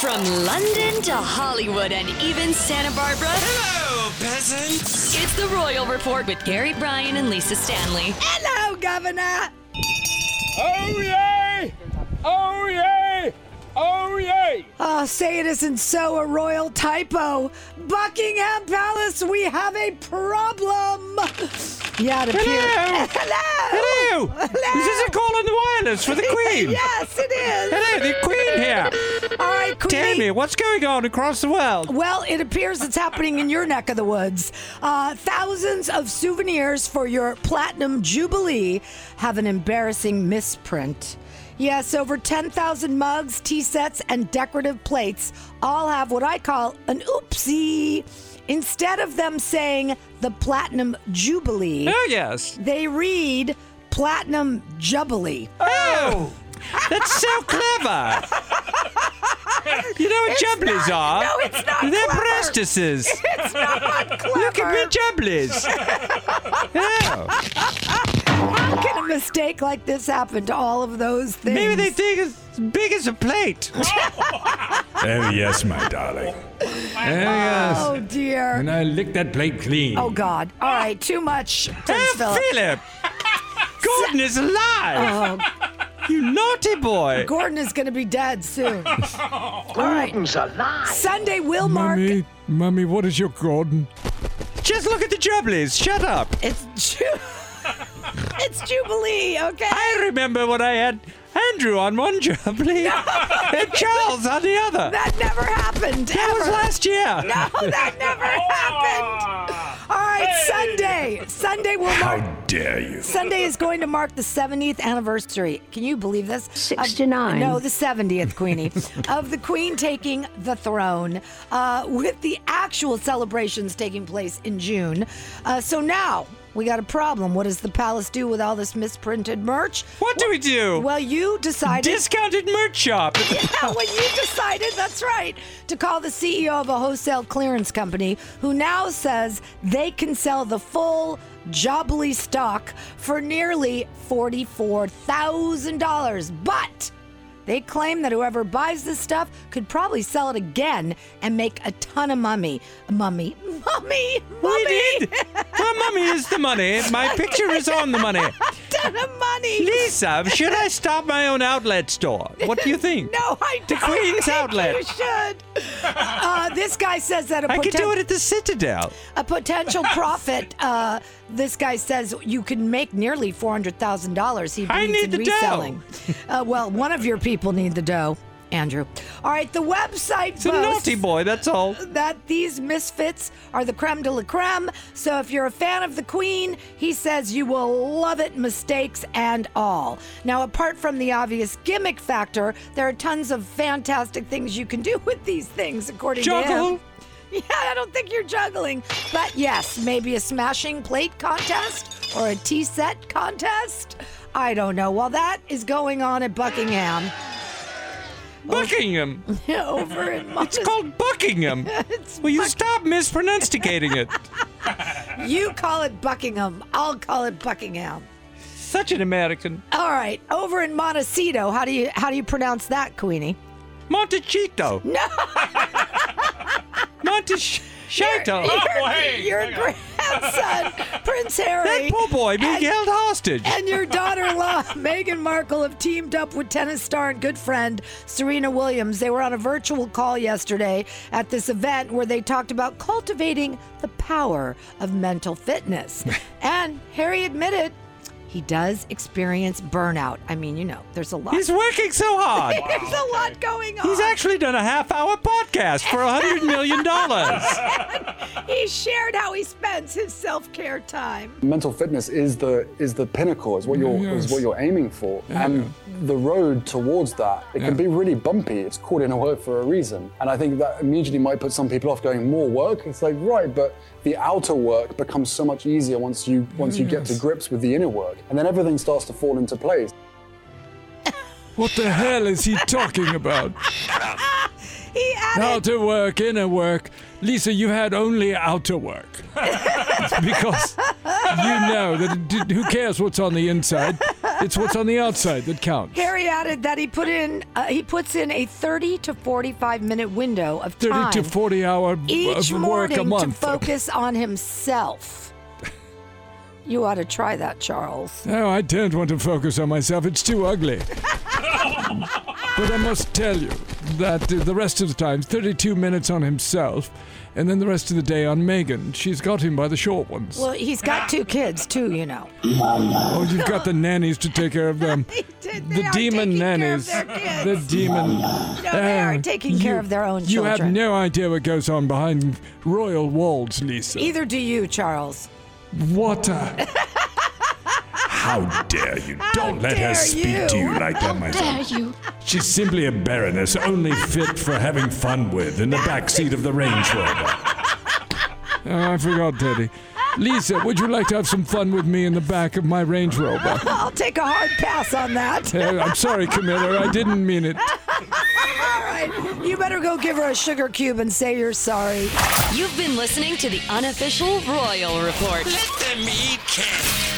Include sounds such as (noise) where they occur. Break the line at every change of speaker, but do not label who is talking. From London to Hollywood and even Santa Barbara,
Hello, peasants!
it's the Royal Report with Gary Bryan and Lisa Stanley.
Hello, Governor.
Oh yay! Oh yay! Oh yay!
Oh, say it isn't so, a royal typo. Buckingham Palace, we have a problem. Yeah, it appears.
Hello.
(laughs) Hello.
Hello! Is this a call on the
(laughs)
wireless for the Queen?
Yes, it is.
Hello, the Queen here.
All right, Queen.
Tell me, what's going on across the world?
Well, it appears it's happening in your neck of the woods. Uh, thousands of souvenirs for your Platinum Jubilee have an embarrassing misprint. Yes, over 10,000 mugs, tea sets, and decorative plates all have what I call an oopsie. Instead of them saying the Platinum Jubilee,
Oh yes.
they read Platinum Jubilee.
Oh, that's so clever. You know what jubblies are?
no, Oh, it's not
They're
clever.
breastises.
It's not clever.
Look at me jubblies. oh.
How can a mistake like this happen to all of those things?
Maybe they think it's big as a plate.
Oh, yes, my darling.
Oh dear.
And I lick that plate clean.
Oh God! All right, too much, Prince
Oh,
Philip. (laughs)
Philip! Gordon is alive!
Oh.
you naughty boy!
Gordon is going to be dead
(laughs)
soon. All right, Sunday will mark.
Mummy, Mummy, what is your Gordon?
Just look at the jubblies, shut up!
It's Ju- (laughs) it's Jubilee, okay?
I remember when I had Andrew on one (laughs) jubbly and Charles on the other. That,
that never happened. ever.
was last Oh. year!
(laughs) no, that
(laughs)
never happened. All right, Sunday. Sunday will mark.
How dare you?
Sunday is going to mark the 70th anniversary. Can you believe this? 69. no, the 70th, Queenie, of the Queen taking the throne, uh, with the actual celebrations taking place in June. Uh, so now we got a problem. What does the palace do with all this misprinted merch?
What do we do?
Well, you decided.
Discounted merch shop!
Yeah, (laughs) when you decided, that's right, to call the CEO of a wholesale clearance company who now says they can sell the full Jobbly stock for nearly $44,000. But they claim that whoever buys this stuff could probably sell it again and make a ton of mummy. Mummy. Mummy.
we
Mummy. (laughs)
did! My mummy is the money, my picture is on
(laughs)
the money.
ton of money.
Lisa, should I start my own outlet store? What do you think?
No, I
The
don't.
Queen's
think
Outlet.
You should. Uh, this guy says that a
I could
potent-
do it at the Citadel.
a
(laughs)
potential profit. Uh, this guy says you can make nearly four hundred thousand dollars. He
I
believes
need
in
the dough.
reselling. Uh, well, one of your people need the dough, Andrew. All right, the website
It's a
boasts
naughty boy, that's all.
that these misfits are the creme de la creme. So if you're a fan of the Queen, he says you will love it, mistakes and all. Now, apart from the obvious gimmick factor, there are tons of fantastic things you can do (laughs) with these things, according to him.
Juggle.
(laughs) Yeah, I don't think you're juggling. But yes, maybe a smashing plate contest or a tea set contest. I don't know. Well, that is going on at Buckingham. (laughs)
(laughs) Buckingham.
Over in
It's called Buckingham.
It's
Will you stop mispronunciating (laughs) it?
You call it Buckingham. I'll call it Buckingham.
Such an American.
All right, over in Montecito, how do you how do you pronounce that, Queenie?
Montecito. (laughs) No. Montecito.
Your- your grandson, Prince Harry,
(laughs) That poor boy being held hostage.
and your daughter-in-law, (laughs) Meghan Markle, have teamed up with tennis star and good friend Serena Williams. They were on a virtual call yesterday at this event where they talked about
(laughs)
cultivating the power of mental fitness. and Harry admitted he does experience burnout. I mean, you know, there's a lot. (laughs)
He's working so (laughs) hard.
there's a lot going on.
He's actually done a half hour podcast for a hundred million dollars.
he shared how he spends his self care time.
mental fitness is the is the pinnacle is what you're is what you're aiming for and the road towards that it can be really bumpy it's called inner work for a reason and i think that immediately might put some people off going more work it's like right but the outer work becomes so much easier once you once you get to grips with the inner work and then everything starts to fall into place
What the hell is he talking
(laughs)
about?
He added,
Outer work, inner work. Lisa, you had only outer work. It's because you know that d- who cares what's on the inside? It's what's on the outside that counts.
Harry added that he put in uh, he puts in a 30 to 45 minute window of
30
time
to 40 hour
each
of work a
morning to
month.
focus on himself. You ought to try that, Charles.
No, I don't want to focus on myself. It's too ugly. but I must tell you that uh, the rest of the time, 32 minutes on himself, and then the rest of the day on Megan. She's got him by the short ones.
Well, he's got two kids too, you know.
Oh, you've got the nannies to take care of them.
(laughs) They did- they
the
are
demon
taking care of
nannies.
their
The
kids.
demon.
No, they are
Ah,
taking care of their own
You have
children.
no idea what goes on behind royal walls, Lisa.
Either do you, Charles.
What a.
How dare you? Don't let
dare
her speak to
you.
you like that, my son.
She's simply a baroness, only fit for having fun with in the backseat of the Range Rover. Oh, I forgot, Teddy. Lisa, would you like to have some fun with me in the back of my Range Rover?
I'll take a hard pass on that.
(laughs) Uh, I'm sorry, Camilla, I didn't mean it.
All right, you better go give her a sugar cube and say you're sorry.
You've been listening to the unofficial Royal Report.
Let them eat cake.